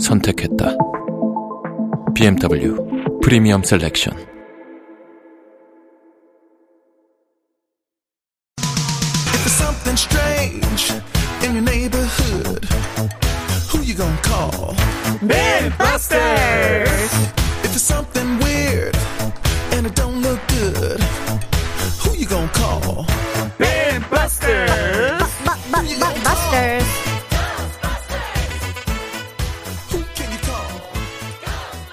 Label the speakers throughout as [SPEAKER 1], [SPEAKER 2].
[SPEAKER 1] 선택했다. BMW 프리미엄 셀렉션.
[SPEAKER 2] If there's something strange in your neighborhood, who you gonna call? Mythbusters! If there's something weird and it don't look good, who you gonna call?
[SPEAKER 3] Mythbusters.
[SPEAKER 2] Who can you call?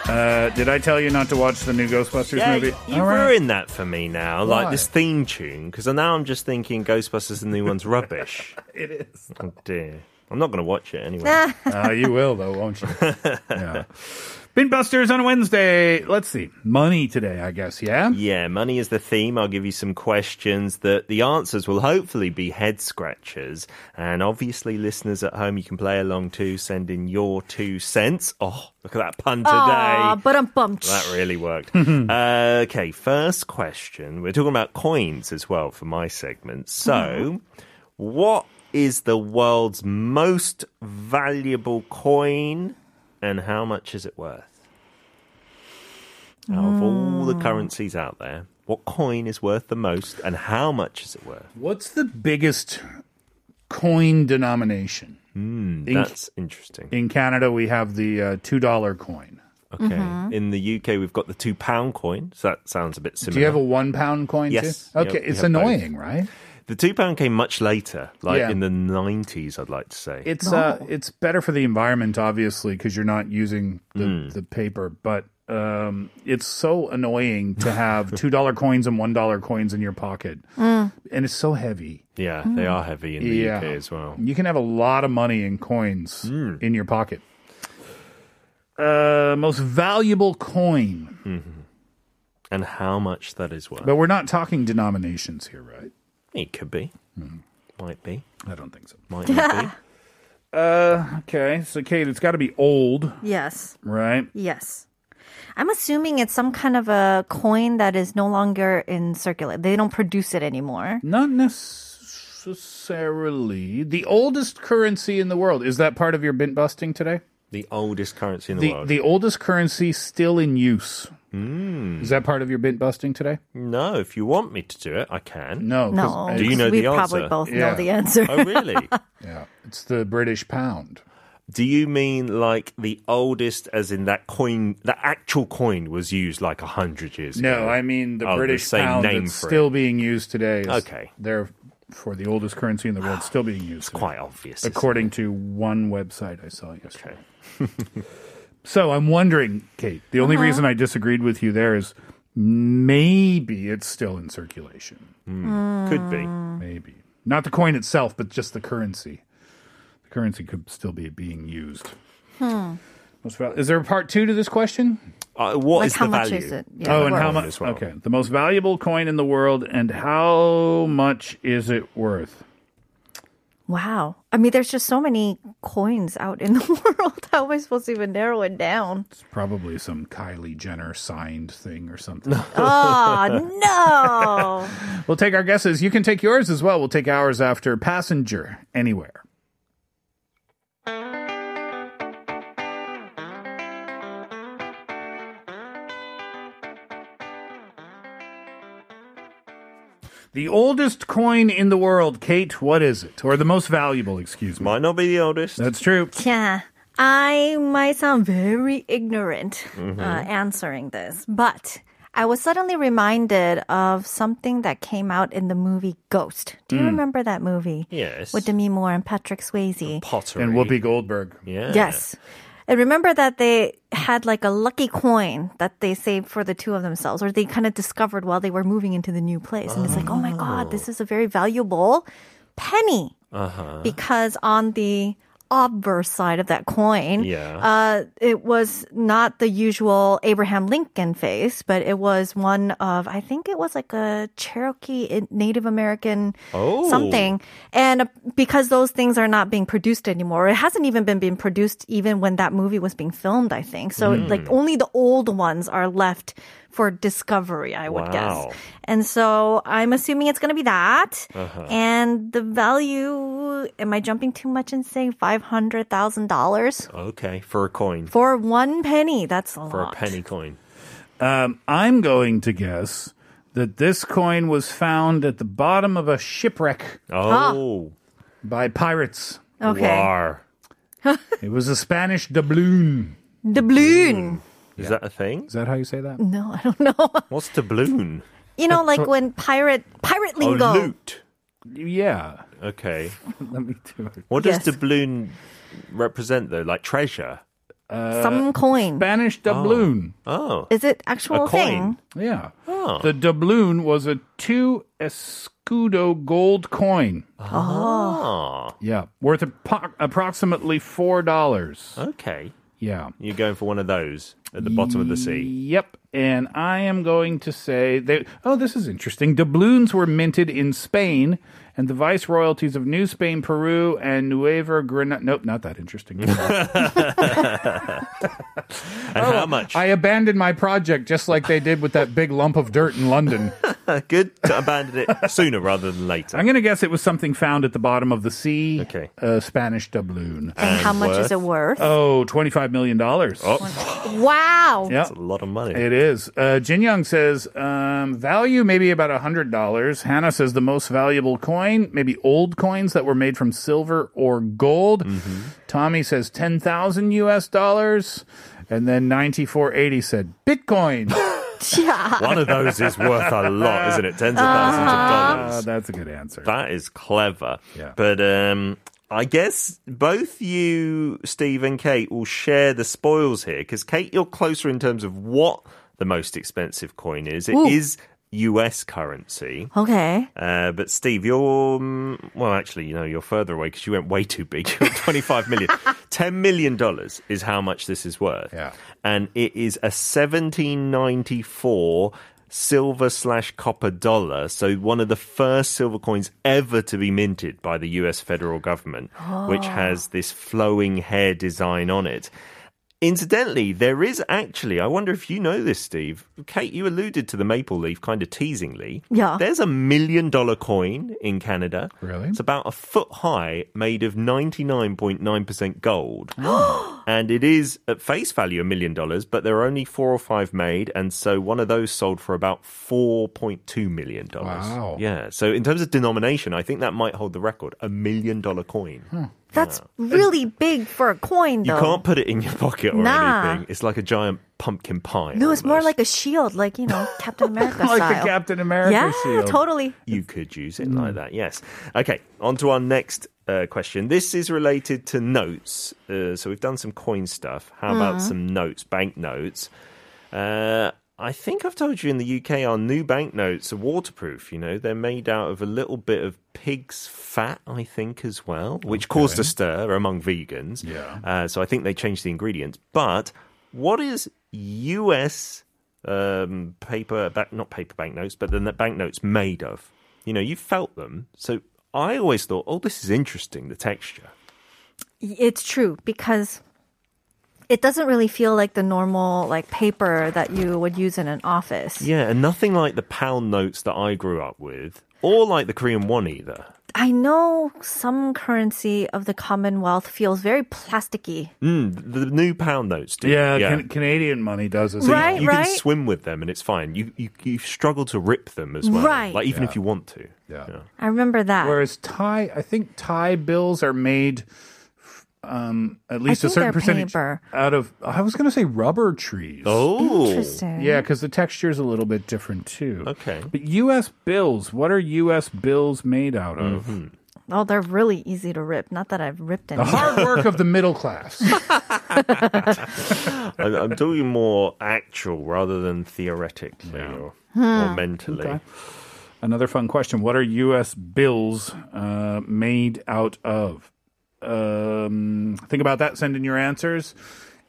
[SPEAKER 4] Uh, did I tell you not to watch the new Ghostbusters
[SPEAKER 5] Yeah,
[SPEAKER 4] movie?
[SPEAKER 5] you ruined that for me now.
[SPEAKER 4] Why?
[SPEAKER 5] Like this theme tune, because now I'm just thinking Ghostbusters the new one's rubbish.
[SPEAKER 4] It is.
[SPEAKER 5] oh dear, I'm not going to watch it anyway.
[SPEAKER 4] Uh, you will though, won't you? yeah. Bin Busters on Wednesday. Let's see. Money today, I guess. Yeah.
[SPEAKER 5] Yeah, money is the theme. I'll give you some questions that the answers will hopefully be head scratchers. And obviously, listeners at home, you can play along too, send in your two cents. Oh, look at that pun today.
[SPEAKER 3] Aw, but I'm bumped.
[SPEAKER 5] That really worked. Uh, okay, first question. We're talking about coins as well for my segment. So, what is the world's most valuable coin and how much is it worth? Out of all
[SPEAKER 4] Ah.
[SPEAKER 5] the currencies out there, what coin is worth the most and how much is it worth?
[SPEAKER 4] What's the biggest coin denomination? Hmm. In-
[SPEAKER 5] That's interesting.
[SPEAKER 4] In Canada, we have the uh, two dollar coin.
[SPEAKER 5] Okay.
[SPEAKER 4] Mm-hmm.
[SPEAKER 5] In the UK, we've got the two pound coin. So that sounds a bit similar.
[SPEAKER 4] Do you have a one pound coin
[SPEAKER 5] Yes.
[SPEAKER 4] too? Okay,
[SPEAKER 5] Yep, we
[SPEAKER 4] it's
[SPEAKER 5] have both.
[SPEAKER 4] annoying, right?
[SPEAKER 5] The two pound came much later, like
[SPEAKER 4] Yeah.
[SPEAKER 5] in the nineties. I'd like to say.
[SPEAKER 4] It's uh, it's better for the environment, obviously, because you're not using the,
[SPEAKER 5] Hmm.
[SPEAKER 4] the paper. But um, it's so annoying to have two dollar coins and one dollar coins in your pocket,
[SPEAKER 5] Hmm.
[SPEAKER 4] and it's so heavy.
[SPEAKER 5] yeah, they are heavy in the UK as well.
[SPEAKER 4] You can have a lot of money in coins in your pocket. Hmm. Uh, most valuable coin,
[SPEAKER 5] And how much that is worth?
[SPEAKER 4] but we're not talking denominations here, right?
[SPEAKER 5] It could be, might be,
[SPEAKER 4] I don't think so.
[SPEAKER 5] might not be.
[SPEAKER 4] Uh, okay. So, Kate, it's got to be old,
[SPEAKER 3] Yes,
[SPEAKER 4] right?
[SPEAKER 3] yes. I'm assuming it's some kind of a coin that is no longer in circulation. They don't produce it anymore.
[SPEAKER 4] Not necessarily. The oldest currency in the world. Is that part of your bint busting today?
[SPEAKER 5] The oldest currency in the,
[SPEAKER 4] The
[SPEAKER 5] world.
[SPEAKER 4] the oldest currency still in use. Mm. Is that part of your bint busting today?
[SPEAKER 5] no, if you want me to do it, I can.
[SPEAKER 4] No. 'cause
[SPEAKER 3] No.
[SPEAKER 4] I-
[SPEAKER 5] Do you know
[SPEAKER 3] we
[SPEAKER 5] the
[SPEAKER 3] probably
[SPEAKER 5] answer?
[SPEAKER 3] both
[SPEAKER 4] Yeah.
[SPEAKER 3] know the answer.
[SPEAKER 5] Oh, really?
[SPEAKER 4] yeah, it's the British pound.
[SPEAKER 5] do you mean like the oldest, as in that coin, the actual coin was used like a hundred years ago?
[SPEAKER 4] No, I mean the
[SPEAKER 5] Oh,
[SPEAKER 4] British
[SPEAKER 5] same
[SPEAKER 4] pound
[SPEAKER 5] name
[SPEAKER 4] that's
[SPEAKER 5] for it.
[SPEAKER 4] still being used today. Is
[SPEAKER 5] Okay.
[SPEAKER 4] Therefore, the oldest currency in the world still being used.
[SPEAKER 5] It's
[SPEAKER 4] today,
[SPEAKER 5] quite obvious. isn't
[SPEAKER 4] according to one website I saw
[SPEAKER 5] it?
[SPEAKER 4] yesterday.
[SPEAKER 5] Okay.
[SPEAKER 4] So I'm wondering, Kate. The only reason I disagreed with you there is maybe it's still in circulation.
[SPEAKER 5] Could be.
[SPEAKER 4] Maybe not the coin itself, but just the currency. The currency could still be being used. Most val- Is there a part two to this question?
[SPEAKER 5] Uh, what
[SPEAKER 3] like
[SPEAKER 5] is
[SPEAKER 3] how
[SPEAKER 5] the
[SPEAKER 3] much
[SPEAKER 5] value?
[SPEAKER 3] is it?
[SPEAKER 4] Oh, and
[SPEAKER 3] worth.
[SPEAKER 4] how
[SPEAKER 5] Coin
[SPEAKER 4] much?
[SPEAKER 5] as well.
[SPEAKER 4] Okay, the most valuable coin in the world, and how much is it worth?
[SPEAKER 3] Wow. I mean, there's just so many coins out in the world. How am I supposed to even narrow it down?
[SPEAKER 4] It's probably some Kylie Jenner signed thing or something.
[SPEAKER 3] Oh, no.
[SPEAKER 4] we'll take our guesses. You can take yours as well. We'll take ours after Passenger Anywhere. The oldest coin in the world, Kate, what is it? Or the most valuable, excuse me.
[SPEAKER 5] Might not be the oldest.
[SPEAKER 4] That's true.
[SPEAKER 3] Yeah. I might sound very ignorant uh, answering this, but I was suddenly reminded of something that came out in the movie Ghost. Do you remember that movie?
[SPEAKER 5] Yes.
[SPEAKER 3] With Demi Moore and Patrick Swayze.
[SPEAKER 5] pottery.
[SPEAKER 4] And Whoopi Goldberg.
[SPEAKER 5] Yeah.
[SPEAKER 3] Yes. And remember that they had like a lucky coin that they saved for the two of themselves, or they kind of discovered while they were moving into the new place. And it's like, oh my
[SPEAKER 5] Uh-huh.
[SPEAKER 3] God, this is a very valuable penny. Because on the obverse side of that coin.
[SPEAKER 5] Yeah.
[SPEAKER 3] Uh, it was not the usual Abraham Lincoln face, but it was one of, I think it was like a Cherokee in- Native American
[SPEAKER 5] Oh.
[SPEAKER 3] something. And uh, because those things are not being produced anymore, it hasn't even been being produced even when that movie was being filmed, I think. So
[SPEAKER 5] Hmm.
[SPEAKER 3] like only the old ones are left for discovery, I
[SPEAKER 5] Wow.
[SPEAKER 3] would guess. And so I'm assuming it's going to be that. And the value, am I jumping too much in saying $500,000?
[SPEAKER 5] Okay, for a coin, for,
[SPEAKER 3] For one penny, that's a
[SPEAKER 5] a
[SPEAKER 3] lot.
[SPEAKER 5] penny coin.
[SPEAKER 4] Um, I'm going to guess that this coin was found at the bottom of a shipwreck
[SPEAKER 5] Oh,
[SPEAKER 4] by pirates.
[SPEAKER 3] Okay.
[SPEAKER 5] war.
[SPEAKER 4] It was a Spanish doubloon.
[SPEAKER 3] Doubloon.
[SPEAKER 5] Is that a thing?
[SPEAKER 4] Is that how you say that?
[SPEAKER 3] No, I don't know.
[SPEAKER 5] What's doubloon?
[SPEAKER 3] You know, like when pirate pirate lingo.
[SPEAKER 5] Oh, loot.
[SPEAKER 4] Yeah.
[SPEAKER 5] Okay.
[SPEAKER 4] Let me do it.
[SPEAKER 5] What does
[SPEAKER 3] Yes.
[SPEAKER 5] doubloon represent, though? Like treasure?
[SPEAKER 3] some coin.
[SPEAKER 4] Spanish doubloon.
[SPEAKER 5] Oh.
[SPEAKER 3] Is it actual
[SPEAKER 5] A
[SPEAKER 3] thing?
[SPEAKER 5] coin.
[SPEAKER 4] Yeah.
[SPEAKER 5] Oh.
[SPEAKER 4] The doubloon was a two escudo gold coin.
[SPEAKER 5] Ah.
[SPEAKER 4] Yeah. Worth appro- approximately $4.
[SPEAKER 5] Okay.
[SPEAKER 4] Yeah.
[SPEAKER 5] You're going for one of those at the bottom of the sea.
[SPEAKER 4] Yep. And I am going to say they oh, this is interesting. Doubloons were minted in Spain and the vice royalties of New Spain, Peru, and Nueva Granada. Nope, not that interesting.
[SPEAKER 5] And how much?
[SPEAKER 4] I abandoned my project just like they did with that big lump of dirt in London.
[SPEAKER 5] Good to abandon it sooner rather than later.
[SPEAKER 4] I'm going to guess it was something found at the bottom of the sea.
[SPEAKER 5] Okay.
[SPEAKER 4] A Spanish doubloon.
[SPEAKER 3] And how much is
[SPEAKER 5] worth.
[SPEAKER 3] it worth?
[SPEAKER 4] Oh, $25 million. Oh.
[SPEAKER 3] wow.
[SPEAKER 4] Yeah.
[SPEAKER 5] That's a lot of money.
[SPEAKER 4] It is. Uh, Jin Young says um, value maybe about hundred dollars. Hannah says the most valuable coin maybe old coins that were made from silver or gold. Tommy says ten thousand U.S. dollars, and then ninety four eighty said Bitcoin. Uh,
[SPEAKER 3] Yeah.
[SPEAKER 5] One of those is worth a lot, isn't it? Tens of 1000s of dollars.
[SPEAKER 4] Uh, that's a good answer.
[SPEAKER 5] That is clever.
[SPEAKER 4] Yeah.
[SPEAKER 5] But um, I guess both you, Steve, and Kate will share the spoils here because Kate, you're closer in terms of what the most expensive coin is. It is
[SPEAKER 3] Ooh.
[SPEAKER 5] US currency.
[SPEAKER 3] Okay.
[SPEAKER 5] Uh, but Steve, you're um, well. Actually, you know, you're further away because you went way too big. You're 25 million. 10 million dollars is how much this is worth.
[SPEAKER 4] Yeah.
[SPEAKER 5] and it is a 1794 silver slash copper dollar. So one of the first silver coins ever to be minted by the U.S. federal government, which has this flowing hair design on it. Incidentally, there is actually, I wonder if you know this, Steve. Kate, you alluded to the maple leaf kind of teasingly.
[SPEAKER 3] Yeah.
[SPEAKER 5] There's a million dollar coin in Canada.
[SPEAKER 4] Really?
[SPEAKER 5] It's about a foot high, made of 99.9% gold. and it is at face value a million dollars, but there are only four or five made. And so one of those sold for about $4.2 million.
[SPEAKER 4] Wow.
[SPEAKER 5] Yeah. So in terms of denomination, I think that might hold the record a million dollar coin.
[SPEAKER 4] Hmm.
[SPEAKER 3] That's really big for a coin,
[SPEAKER 5] You
[SPEAKER 3] though.
[SPEAKER 5] can't put it in your pocket or
[SPEAKER 3] Nah.
[SPEAKER 5] anything. It's like a giant pumpkin pie.
[SPEAKER 3] No, it's more
[SPEAKER 5] almost.
[SPEAKER 3] like a shield, like you know, Captain America
[SPEAKER 4] like
[SPEAKER 3] style.
[SPEAKER 4] the Captain America
[SPEAKER 3] yeah,
[SPEAKER 4] shield.
[SPEAKER 3] totally.
[SPEAKER 5] You could use it like that, yes. Okay, on to our next uh, question. This is related to notes. Uh, so we've done some coin stuff. How about some notes, bank notes? Uh, I think I've told you in the UK our new banknotes are waterproof. You know, they're made out of a little bit of pig's fat, I think, as well, which caused a stir among vegans.
[SPEAKER 4] Yeah.
[SPEAKER 5] Uh, so I think they changed the ingredients. But what is US um, paper, back, not paper banknotes, but then the banknotes made of? You know, you felt them. So I always thought, oh, this is interesting, the texture.
[SPEAKER 3] It's true because it doesn't really feel like the normal like paper that you would use in an office.
[SPEAKER 5] Yeah, and nothing like the pound notes that I grew up with, or like the Korean won either.
[SPEAKER 3] I know some currency of the Commonwealth feels very plasticky.
[SPEAKER 5] Mm, the new pound notes do.
[SPEAKER 4] yeah, Can- Canadian money does it.
[SPEAKER 3] Right.
[SPEAKER 5] you can swim with them and it's fine. You, you you struggle to rip them as well.
[SPEAKER 3] Right.
[SPEAKER 5] Like even if you want to.
[SPEAKER 4] Yeah.
[SPEAKER 3] I remember that.
[SPEAKER 4] Whereas Thai, I think Thai bills are made um, at least a
[SPEAKER 3] think
[SPEAKER 4] certain
[SPEAKER 3] they're
[SPEAKER 4] percentage
[SPEAKER 3] paper.
[SPEAKER 4] out of. I was going to say rubber trees.
[SPEAKER 5] Oh.
[SPEAKER 3] Interesting.
[SPEAKER 4] Yeah, because the texture is a little bit different too.
[SPEAKER 5] Okay.
[SPEAKER 4] But U.S. bills, what are U.S. bills made out of?
[SPEAKER 5] Mm-hmm.
[SPEAKER 3] Oh, they're really easy to rip. Not that I've ripped any.
[SPEAKER 4] The hard work of the middle class.
[SPEAKER 5] I'm, I'm talking more actual rather than theoretically or,
[SPEAKER 3] Hmm.
[SPEAKER 5] or mentally.
[SPEAKER 4] Another fun question: What are U.S. bills uh, made out of? Um, think about that. Send in your answers,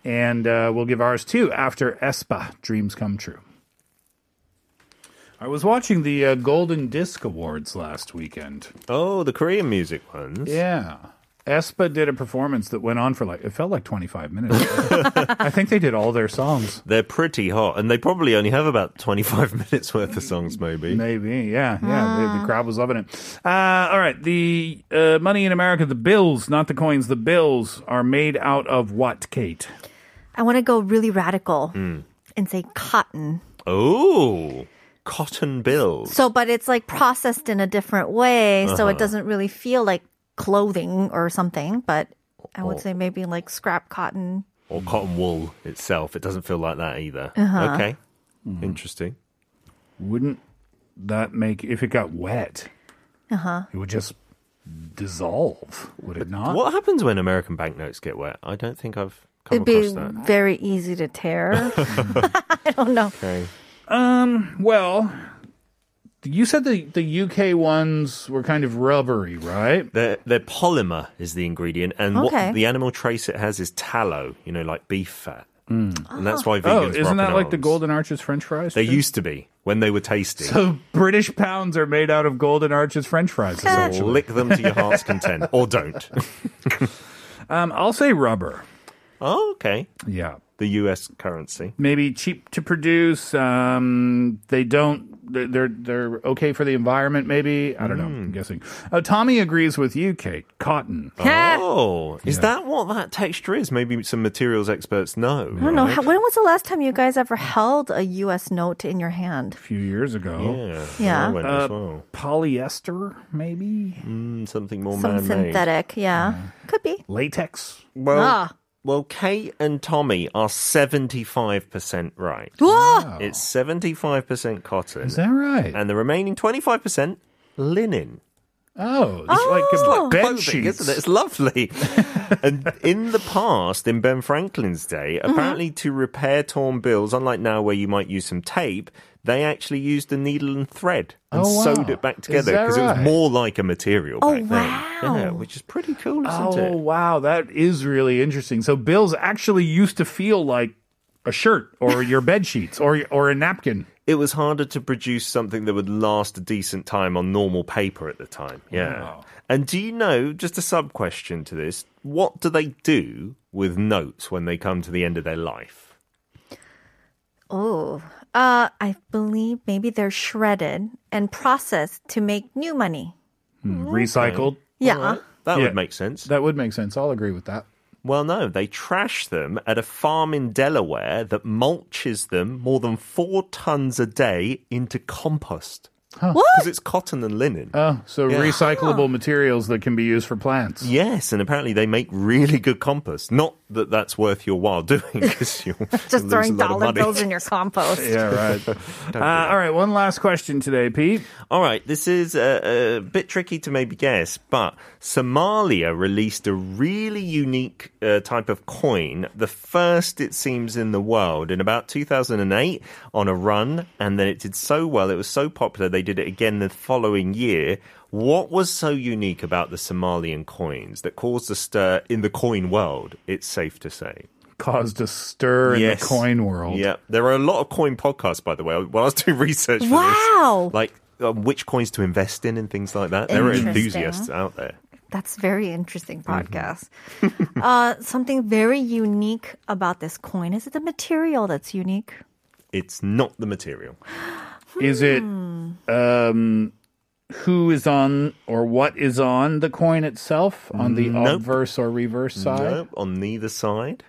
[SPEAKER 4] and uh, we'll give ours too after E ESPA Dreams Come True. I was watching the uh, Golden Disc Awards last weekend.
[SPEAKER 5] Oh, the Korean music ones.
[SPEAKER 4] Yeah. Espa did a performance that went on for like it felt like 25 minutes. I think they did all their songs.
[SPEAKER 5] They're pretty hot, and they probably only have about 25 minutes worth of songs, maybe.
[SPEAKER 4] Maybe, yeah, yeah. The, the crowd was loving it. Uh, all right, the uh, money in America, the bills, not the coins, the bills are made out of what, Kate?
[SPEAKER 3] I want to go really radical and say cotton.
[SPEAKER 4] Mm.
[SPEAKER 5] Oh, cotton bills.
[SPEAKER 3] So, but it's like processed in a different way, so it doesn't really feel like clothing or something. But I would say maybe like scrap cotton.
[SPEAKER 5] Or cotton wool itself. It doesn't feel like that either.
[SPEAKER 3] Uh-huh.
[SPEAKER 5] Okay.
[SPEAKER 4] Mm.
[SPEAKER 5] Interesting.
[SPEAKER 4] Wouldn't that make if it got wet? Uh huh. It would just dissolve, would it not?
[SPEAKER 5] What happens when American banknotes get wet? I don't think I've come
[SPEAKER 3] It'd be
[SPEAKER 5] across that.
[SPEAKER 3] very easy to tear. I don't know.
[SPEAKER 5] Okay.
[SPEAKER 4] Well, you said the the UK ones were kind of rubbery, right?
[SPEAKER 5] Their, their polymer is the ingredient, and
[SPEAKER 3] Okay.
[SPEAKER 5] what the animal trace it has is tallow, you know, like beef fat. And that's
[SPEAKER 3] Ah.
[SPEAKER 5] why
[SPEAKER 4] Oh,
[SPEAKER 5] vegans
[SPEAKER 4] isn't that
[SPEAKER 5] rocking
[SPEAKER 4] like the
[SPEAKER 5] arms.
[SPEAKER 4] Golden Arches French fries?
[SPEAKER 5] They
[SPEAKER 4] thing?
[SPEAKER 5] used to be when they were tasty.
[SPEAKER 4] So British pounds are made out of Golden Arches French fries. essentially.
[SPEAKER 5] Lick them to your heart's content, or don't.
[SPEAKER 4] um, I'll say rubber.
[SPEAKER 5] Oh, okay.
[SPEAKER 4] Yeah,
[SPEAKER 5] The U.S. currency.
[SPEAKER 4] maybe cheap to produce. Um, they don't. They're they're- they're okay for the environment. Maybe I don't know. I'm guessing. Uh, Tommy agrees with you, Kate. Cotton.
[SPEAKER 5] Oh, is that what that texture is? Maybe some materials experts know.
[SPEAKER 3] I don't know. How, when was the last time you guys ever held a U.S. note in your hand?
[SPEAKER 4] A few years ago,
[SPEAKER 5] Yeah,
[SPEAKER 3] Yeah.
[SPEAKER 5] I went as well.
[SPEAKER 4] polyester maybe
[SPEAKER 5] Mm, something more
[SPEAKER 3] Some
[SPEAKER 5] man-made. Uh-huh.
[SPEAKER 3] synthetic, yeah, could be.
[SPEAKER 4] latex.
[SPEAKER 5] Well,
[SPEAKER 3] Ah.
[SPEAKER 5] well, Kate and Tommy are seventy-five percent right.
[SPEAKER 3] Whoa!
[SPEAKER 5] It's seventy-five percent cotton,
[SPEAKER 4] Is that right?
[SPEAKER 5] and the remaining twenty-five percent linen.
[SPEAKER 4] oh, it's like a bed
[SPEAKER 5] Clothing,
[SPEAKER 4] sheets.
[SPEAKER 5] isn't it? It's lovely. and in the past, in Ben Franklin's day,
[SPEAKER 4] Mm-hmm.
[SPEAKER 5] apparently to repair torn bills, unlike now where you might use some tape, they actually used a needle and thread and
[SPEAKER 4] Oh, wow.
[SPEAKER 5] sewed it back
[SPEAKER 4] Is
[SPEAKER 5] together
[SPEAKER 4] that
[SPEAKER 5] because it
[SPEAKER 4] right?
[SPEAKER 5] was more like a material
[SPEAKER 3] Oh,
[SPEAKER 5] back then. Yeah,
[SPEAKER 3] wow.
[SPEAKER 5] which is pretty cool, isn't
[SPEAKER 4] Oh
[SPEAKER 5] it?
[SPEAKER 4] wow, that is really interesting. So bills actually used to feel like a shirt or your bed sheets or or a napkin.
[SPEAKER 5] It was harder to produce something that would last a decent time on normal paper at the time.
[SPEAKER 4] Oh,
[SPEAKER 5] Yeah. And do you know, just a sub question to this, what do they do with notes when they come to the end of their life?
[SPEAKER 3] Oh, uh, I believe maybe they're shredded and processed to make new money.
[SPEAKER 4] Hmm, Recycled.
[SPEAKER 3] Yeah.
[SPEAKER 5] That
[SPEAKER 4] Yeah.
[SPEAKER 5] would make sense.
[SPEAKER 4] That would make sense. I'll agree with that.
[SPEAKER 5] Well, no, they trash them at a farm in Delaware that mulches them more than four tons a day into compost. Because it's cotton and linen.
[SPEAKER 4] Oh, so recyclable materials that can be used for plants.
[SPEAKER 5] yes, and apparently they make really good compost. Not that that's worth your while doing, because you'll you'll
[SPEAKER 3] Just
[SPEAKER 5] lose a
[SPEAKER 3] throwing
[SPEAKER 5] lot of
[SPEAKER 3] dollar
[SPEAKER 5] money.
[SPEAKER 3] bills in your compost.
[SPEAKER 4] Yeah, right. uh, all right, one last question today, Pete.
[SPEAKER 5] All right, this is a, a bit tricky to maybe guess, but Somalia released a really unique uh, type of coin, the first it seems in the world, in about 2008 on a run, and then it did so well, it was so popular, they did it again the following year. What was so unique about the Somalian coins that caused a stir in the coin world, it's safe to say?
[SPEAKER 4] Caused a stir in the coin world.
[SPEAKER 5] Yeah, there are a lot of coin podcasts, by the way. While I was doing research for
[SPEAKER 3] Wow.
[SPEAKER 5] this, like um, which coins to invest in and things like that. There are
[SPEAKER 3] Interesting.
[SPEAKER 5] enthusiasts out there.
[SPEAKER 3] That's very interesting
[SPEAKER 5] Mm-hmm.
[SPEAKER 3] podcast. uh, something very unique about this coin. Is it the material that's unique?
[SPEAKER 5] It's not the material.
[SPEAKER 4] Is it
[SPEAKER 5] Hmm.
[SPEAKER 4] um, who is on or what is on the coin itself on the
[SPEAKER 5] Nope.
[SPEAKER 4] obverse or reverse side?
[SPEAKER 5] No, on neither side.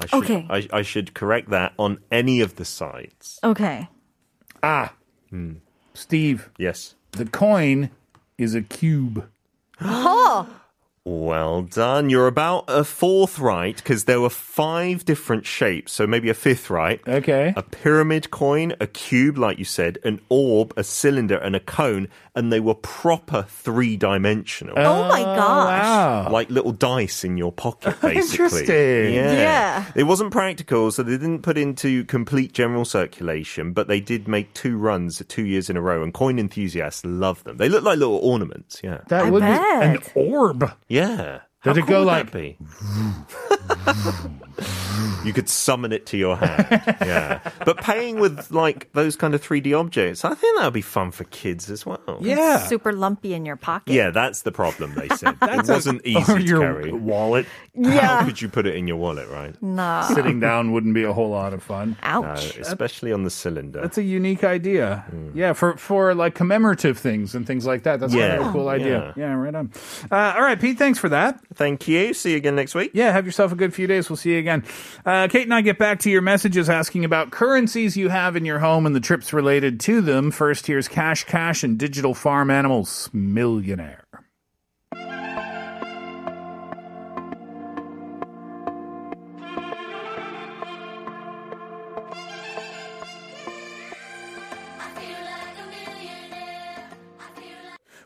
[SPEAKER 5] I should,
[SPEAKER 3] Okay.
[SPEAKER 5] I, I should correct that on any of the sides.
[SPEAKER 3] Okay.
[SPEAKER 4] Ah, Steve,
[SPEAKER 5] Yes.
[SPEAKER 4] the coin is a cube.
[SPEAKER 5] Well done. You're about a fourth right because there were five different shapes, so maybe a fifth right.
[SPEAKER 4] Okay.
[SPEAKER 5] A pyramid coin, a cube, like you said, an orb, a cylinder, and a cone, and they were proper three dimensional.
[SPEAKER 3] Oh
[SPEAKER 5] Uh,
[SPEAKER 3] my gosh.
[SPEAKER 4] Wow.
[SPEAKER 5] Like little dice in your pocket, basically.
[SPEAKER 4] Oh, Interesting.
[SPEAKER 5] Yeah.
[SPEAKER 3] Yeah.
[SPEAKER 5] It wasn't practical, so they didn't put into complete general circulation, but they did make two runs two years in a row, and coin enthusiasts love them. They look like little ornaments. Yeah.
[SPEAKER 4] That
[SPEAKER 3] I
[SPEAKER 4] would be an
[SPEAKER 3] bet.
[SPEAKER 4] orb.
[SPEAKER 5] Yeah.
[SPEAKER 4] Did it go
[SPEAKER 5] would
[SPEAKER 4] like-
[SPEAKER 5] that be? you could summon it to your hand. Yeah. But paying with like those kind of 3D objects, I think that would be fun for kids as well.
[SPEAKER 4] Yeah.
[SPEAKER 3] Super lumpy in your pocket.
[SPEAKER 5] Yeah, that's the problem, they said. it wasn't easy
[SPEAKER 4] Or
[SPEAKER 5] to
[SPEAKER 4] your
[SPEAKER 5] carry.
[SPEAKER 4] wallet
[SPEAKER 5] How
[SPEAKER 3] Yeah.
[SPEAKER 5] could you put it in your wallet, right?
[SPEAKER 3] Nah.
[SPEAKER 4] sitting down wouldn't be a whole lot of fun.
[SPEAKER 5] No,
[SPEAKER 3] Ouch.
[SPEAKER 5] Uh, especially on the cylinder.
[SPEAKER 4] That's a unique idea. Yeah, for for like commemorative things and things like that. That's
[SPEAKER 5] Yeah.
[SPEAKER 4] kind of a cool idea. Yeah, right on. Uh, all right, Pete. Thanks for that.
[SPEAKER 5] Thank you. See you again next week.
[SPEAKER 4] Yeah, have yourself a good few days. We'll see you again. Uh, Kate and I get back to your messages asking about currencies you have in your home and the trips related to them. First, here's Cash Cash and Digital Farm Animals Millionaire.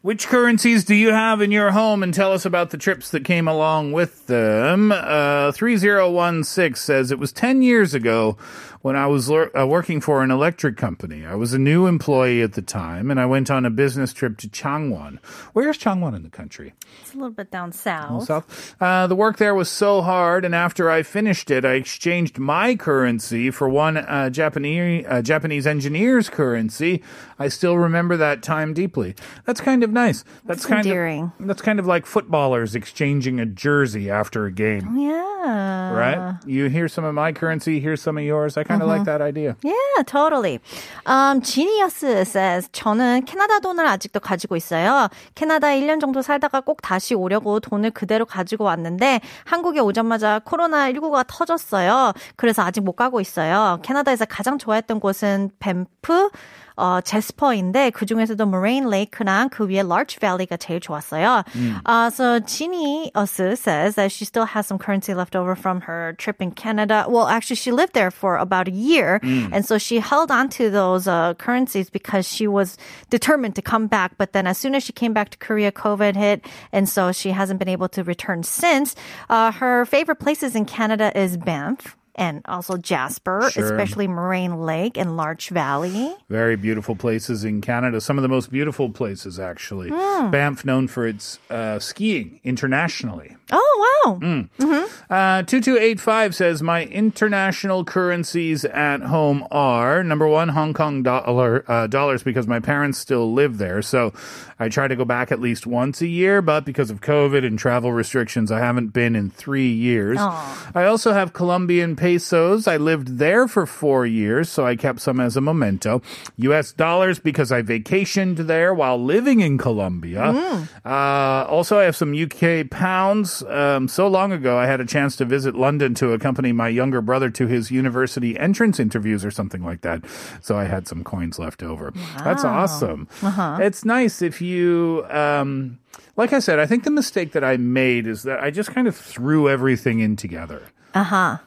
[SPEAKER 4] Which currencies do you have in your home? And tell us about the trips that came along with them. Uh, 3016 says, It was 10 years ago when I was lear- uh, working for an electric company. I was a new employee at the time, and I went on a business trip to Changwon. Where's Changwon in the country?
[SPEAKER 3] It's a little bit down south.
[SPEAKER 4] South. Uh, the work there was so hard, and after I finished it, I exchanged my currency for one uh, Japanese uh, Japanese engineer's currency. I still remember that time deeply. That's kind of nice. That's, kind
[SPEAKER 3] endearing.
[SPEAKER 4] of that's kind of like footballers exchanging a jersey after a game,
[SPEAKER 3] Oh, Yeah.
[SPEAKER 4] right? You hear some of my currency, here's some of yours. I kind of
[SPEAKER 3] Uh-huh.
[SPEAKER 4] like that idea.
[SPEAKER 3] Yeah, totally. Um, Genius says, 저는 캐나다 돈을 아직도 가지고 있어요. 캐나다 1년 정도 살다가 꼭 다시 오려고 돈을 그대로 가지고 왔는데 한국에 오자마자 코로나19가 터졌어요. 그래서 아직 못 가고 있어요. 캐나다에서 가장 좋아했던 곳은 밴프, 어, 제스퍼인데 그 중에서도 Moraine Lake랑 그 위에 Larch Valley가 제일 좋았어요. Uh, so Genius says that she still has some currency left over from her trip in Canada. Well, actually, she lived there for about a year, and so she held on to those uh, currencies because she was determined to come back. But then, as soon as she came back to Korea, COVID hit, and so she hasn't been able to return since. Uh, her favorite places in Canada is Banff. And also Jasper, especially Moraine Lake and Larch Valley.
[SPEAKER 4] Very beautiful places in Canada. Some of the most beautiful places, actually.
[SPEAKER 3] Hmm.
[SPEAKER 4] Banff, known for its uh, skiing internationally.
[SPEAKER 3] Oh wow!
[SPEAKER 4] Uh, 2285 says my international currencies at home are number one Hong Kong dollar uh, dollars because my parents still live there so I try to go back at least once a year but because of COVID and travel restrictions I haven't been in 3 years. I also have Colombian pesos. I lived there for 4 years so I kept some as a memento. US dollars because I vacationed there while living in Colombia. Uh, also, I have some UK pounds. Um, so long ago, I had a chance to visit London to accompany my younger brother to his university entrance interviews or something like that. So I had some coins left over. That's awesome. It's nice if you. Um, like I said, I think the mistake that I made is that I just kind of threw everything in together.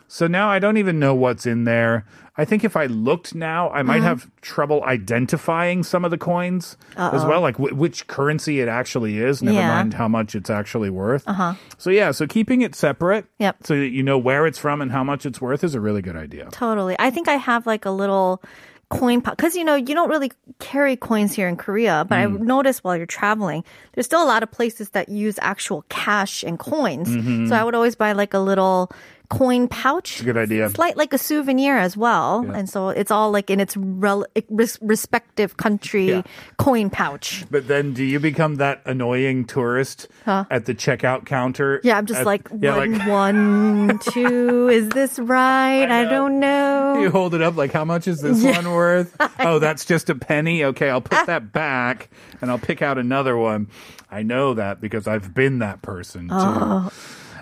[SPEAKER 4] So now I don't even know what's in there. I think if I looked now, I
[SPEAKER 3] Mm-hmm.
[SPEAKER 4] might have trouble identifying some of the coins as well, like w- which currency it actually is, never
[SPEAKER 3] Yeah.
[SPEAKER 4] mind how much it's actually worth. Uh-huh. So, yeah, so keeping it separate
[SPEAKER 3] Yep.
[SPEAKER 4] so that you know where it's from and how much it's worth is a really good idea.
[SPEAKER 3] Totally. I think I have like a little coin pocket because you know you don't really carry coins here in Korea,
[SPEAKER 4] Mm.
[SPEAKER 3] but I noticed while you're traveling, there's still a lot of places that use actual cash and coins. So I would always buy like a little coin pouch.
[SPEAKER 4] Mm-hmm. Good idea.
[SPEAKER 3] It's like like a souvenir as well, and so it's all like in its rel- res- respective country
[SPEAKER 4] Yeah.
[SPEAKER 3] coin pouch.
[SPEAKER 4] But then, do you become that annoying tourist at the checkout counter?
[SPEAKER 3] Yeah, I'm just
[SPEAKER 4] At-
[SPEAKER 3] like
[SPEAKER 4] yeah,
[SPEAKER 3] one,
[SPEAKER 4] like
[SPEAKER 3] one, two. Is this right? I, don't know.
[SPEAKER 4] you hold it up, like how much is this one worth? Oh, that's just a penny. Okay, I'll put that back
[SPEAKER 3] Oh.
[SPEAKER 4] and I'll pick out another one. I know that because I've been that person too.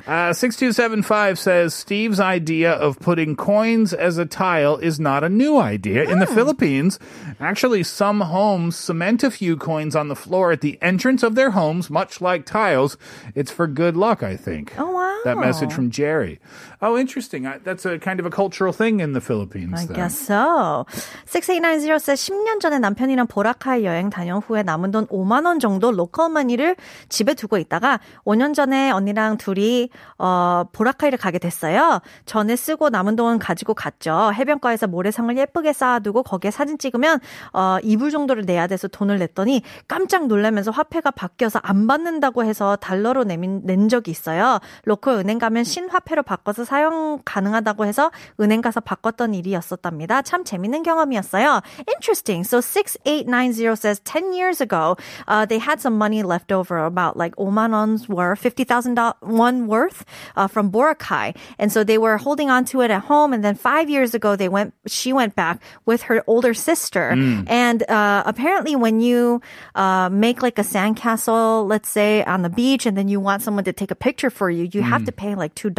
[SPEAKER 4] Uh, 6275 says Steve's idea of putting coins as a tile is not a new idea. In the
[SPEAKER 3] Hmm.
[SPEAKER 4] Philippines, actually, some homes cement a few coins on the floor at the entrance of their homes, much like tiles. It's for good luck, I think.
[SPEAKER 3] Oh, wow.
[SPEAKER 4] That message from Jerry. Oh, interesting. I, that's a kind of a cultural thing in the Philippines.
[SPEAKER 3] I
[SPEAKER 4] then.
[SPEAKER 3] guess so. 6890 says 10년 전에 남편이랑 보라카이 여행 다녀온 후에 남은 돈 5만 원 정도 로컬 머니를 집에 두고 있다가 5년 전에 언니랑 둘이 어, 보라카이를 가게 됐어요. 전에 쓰고 남은 돈 가지고 갔죠. 해변가에서 모래성을 예쁘게 쌓아두고 거기에 사진 찍으면 어, 이불 정도를 내야 돼서 돈을 냈더니 깜짝 놀라면서 화폐가 바뀌어서 안 받는다고 해서 달러로 내민, 낸 적이 있어요. 로컬 은행 가면 신화폐로 바꿔서 사용 가능하다고 해서 은행 가서 바꿨던 일이 있었답니다. 참 재밌는 경험이었어요. Interesting. So 6890 says 10 years ago, uh, they had some money left over, about like 5만 원's worth, 50,000 won worth uh, from Boracay. And so they were holding on to it at home. And then five years ago, they went. she went back with her older sister.
[SPEAKER 4] Mm.
[SPEAKER 3] And uh, apparently when you uh, make like a sandcastle, let's say on the beach, and then you want someone to take a picture for you, you
[SPEAKER 4] Mm.
[SPEAKER 3] have to pay like $2.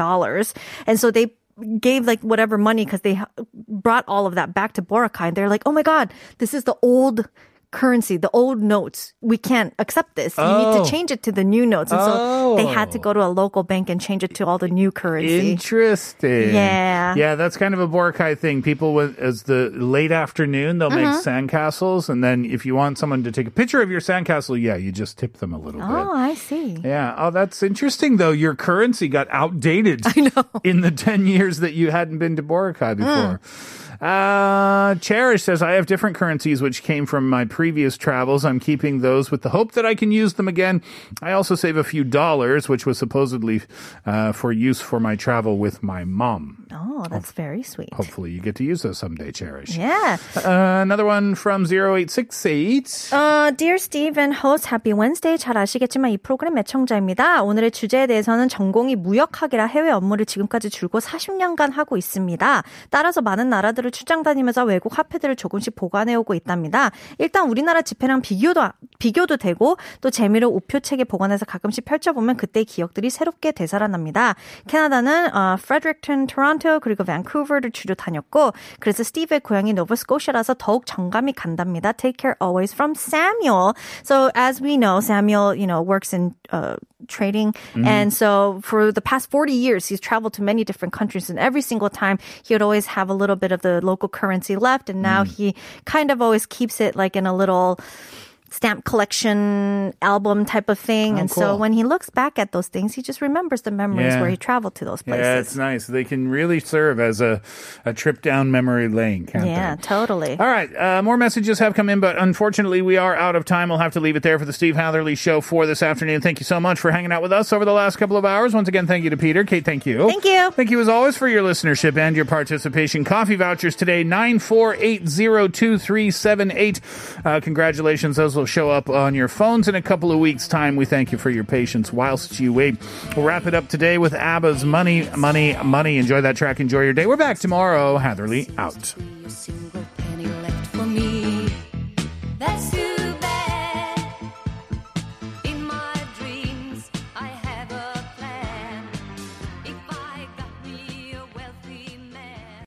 [SPEAKER 3] And so they gave like whatever money because they ha- brought all of that back to Boracay. And they're like, oh my God, this is the old currency, the old notes. We can't accept this. You need
[SPEAKER 4] Oh.
[SPEAKER 3] to change it to the new notes. And so they had to go to a local bank and change it to all the new currency.
[SPEAKER 4] Interesting.
[SPEAKER 3] Yeah.
[SPEAKER 4] Yeah, that's kind of a Boracay thing. People with as the late afternoon, they'll make
[SPEAKER 3] Mm-hmm.
[SPEAKER 4] sandcastles, and then if you want someone to take a picture of your sandcastle, yeah, you just tip them a little
[SPEAKER 3] oh,
[SPEAKER 4] bit.
[SPEAKER 3] I see.
[SPEAKER 4] Yeah. Oh, that's interesting though. Your currency got outdated I know. in the ten years that you hadn't been to Boracay before. Uh, Cherish says, I have different currencies which came from my previous travels. I'm keeping those with the hope that I can use them again. I also save a few dollars, which was supposedly uh, for use for my travel with my mom.
[SPEAKER 3] Oh, that's very sweet.
[SPEAKER 4] Hopefully, you get to use those someday, Cherish.
[SPEAKER 3] Yeah.
[SPEAKER 4] Uh, another one from 0868.
[SPEAKER 3] 어, Dear Steve and host, happy Wednesday. 잘 아시겠지만 이 프로그램 애청자입니다. 오늘의 주제에 대해서는 전공이 무역학이라 해외 업무를 지금까지 줄곧 40년간 하고 있습니다. 따라서 많은 나라들을 출장 다니면서 외국 화폐들을 조금씩 보관해오고 있답니다. 일단 우리나라 지폐랑 비교도, 비교도 되고 또 재미로 우표책에 보관해서 가끔씩 펼쳐보면 그때의 기억들이 새롭게 되살아납니다. 캐나다는 어, 프레드릭턴, 토론토 그리고 밴쿠버를 주로 다녔고 그래서 스티브의 고향이 노브스코시아라서 더욱 정감이 간답니다. Take care always from Samuel. So as we know, Samuel, you know, works in uh, trading,
[SPEAKER 4] Mm-hmm.
[SPEAKER 3] and so for the past 40 years, he's traveled to many different countries, and every single time he would always have a little bit of the local currency left, and now
[SPEAKER 4] Mm.
[SPEAKER 3] he kind of always keeps it like in a little stamp collection album type of thing.
[SPEAKER 4] Oh,
[SPEAKER 3] and so
[SPEAKER 4] cool.
[SPEAKER 3] when he looks back at those things, he just remembers the memories
[SPEAKER 4] Yeah.
[SPEAKER 3] where he traveled to those places.
[SPEAKER 4] Yeah, it's nice. They can really serve as a, a trip down memory lane, can't
[SPEAKER 3] Yeah,
[SPEAKER 4] they?
[SPEAKER 3] totally.
[SPEAKER 4] All right, uh, more messages have come in, but unfortunately, we are out of time. We'll have to leave it there for the Steve Hatherley Show for this afternoon. Thank you so much for hanging out with us over the last couple of hours. Once again, thank you to Peter. Kate, thank you.
[SPEAKER 3] Thank you.
[SPEAKER 4] Thank you, as always, for your listenership and your participation. Coffee vouchers today, 9480238. Uh, congratulations. Those will show up on your phones in a couple of weeks' time. We thank you for your patience whilst you wait. We'll wrap it up today with ABBA's Money, Money, Money. Enjoy that track. Enjoy your day. We're back tomorrow. Hatherley out.
[SPEAKER 6] out.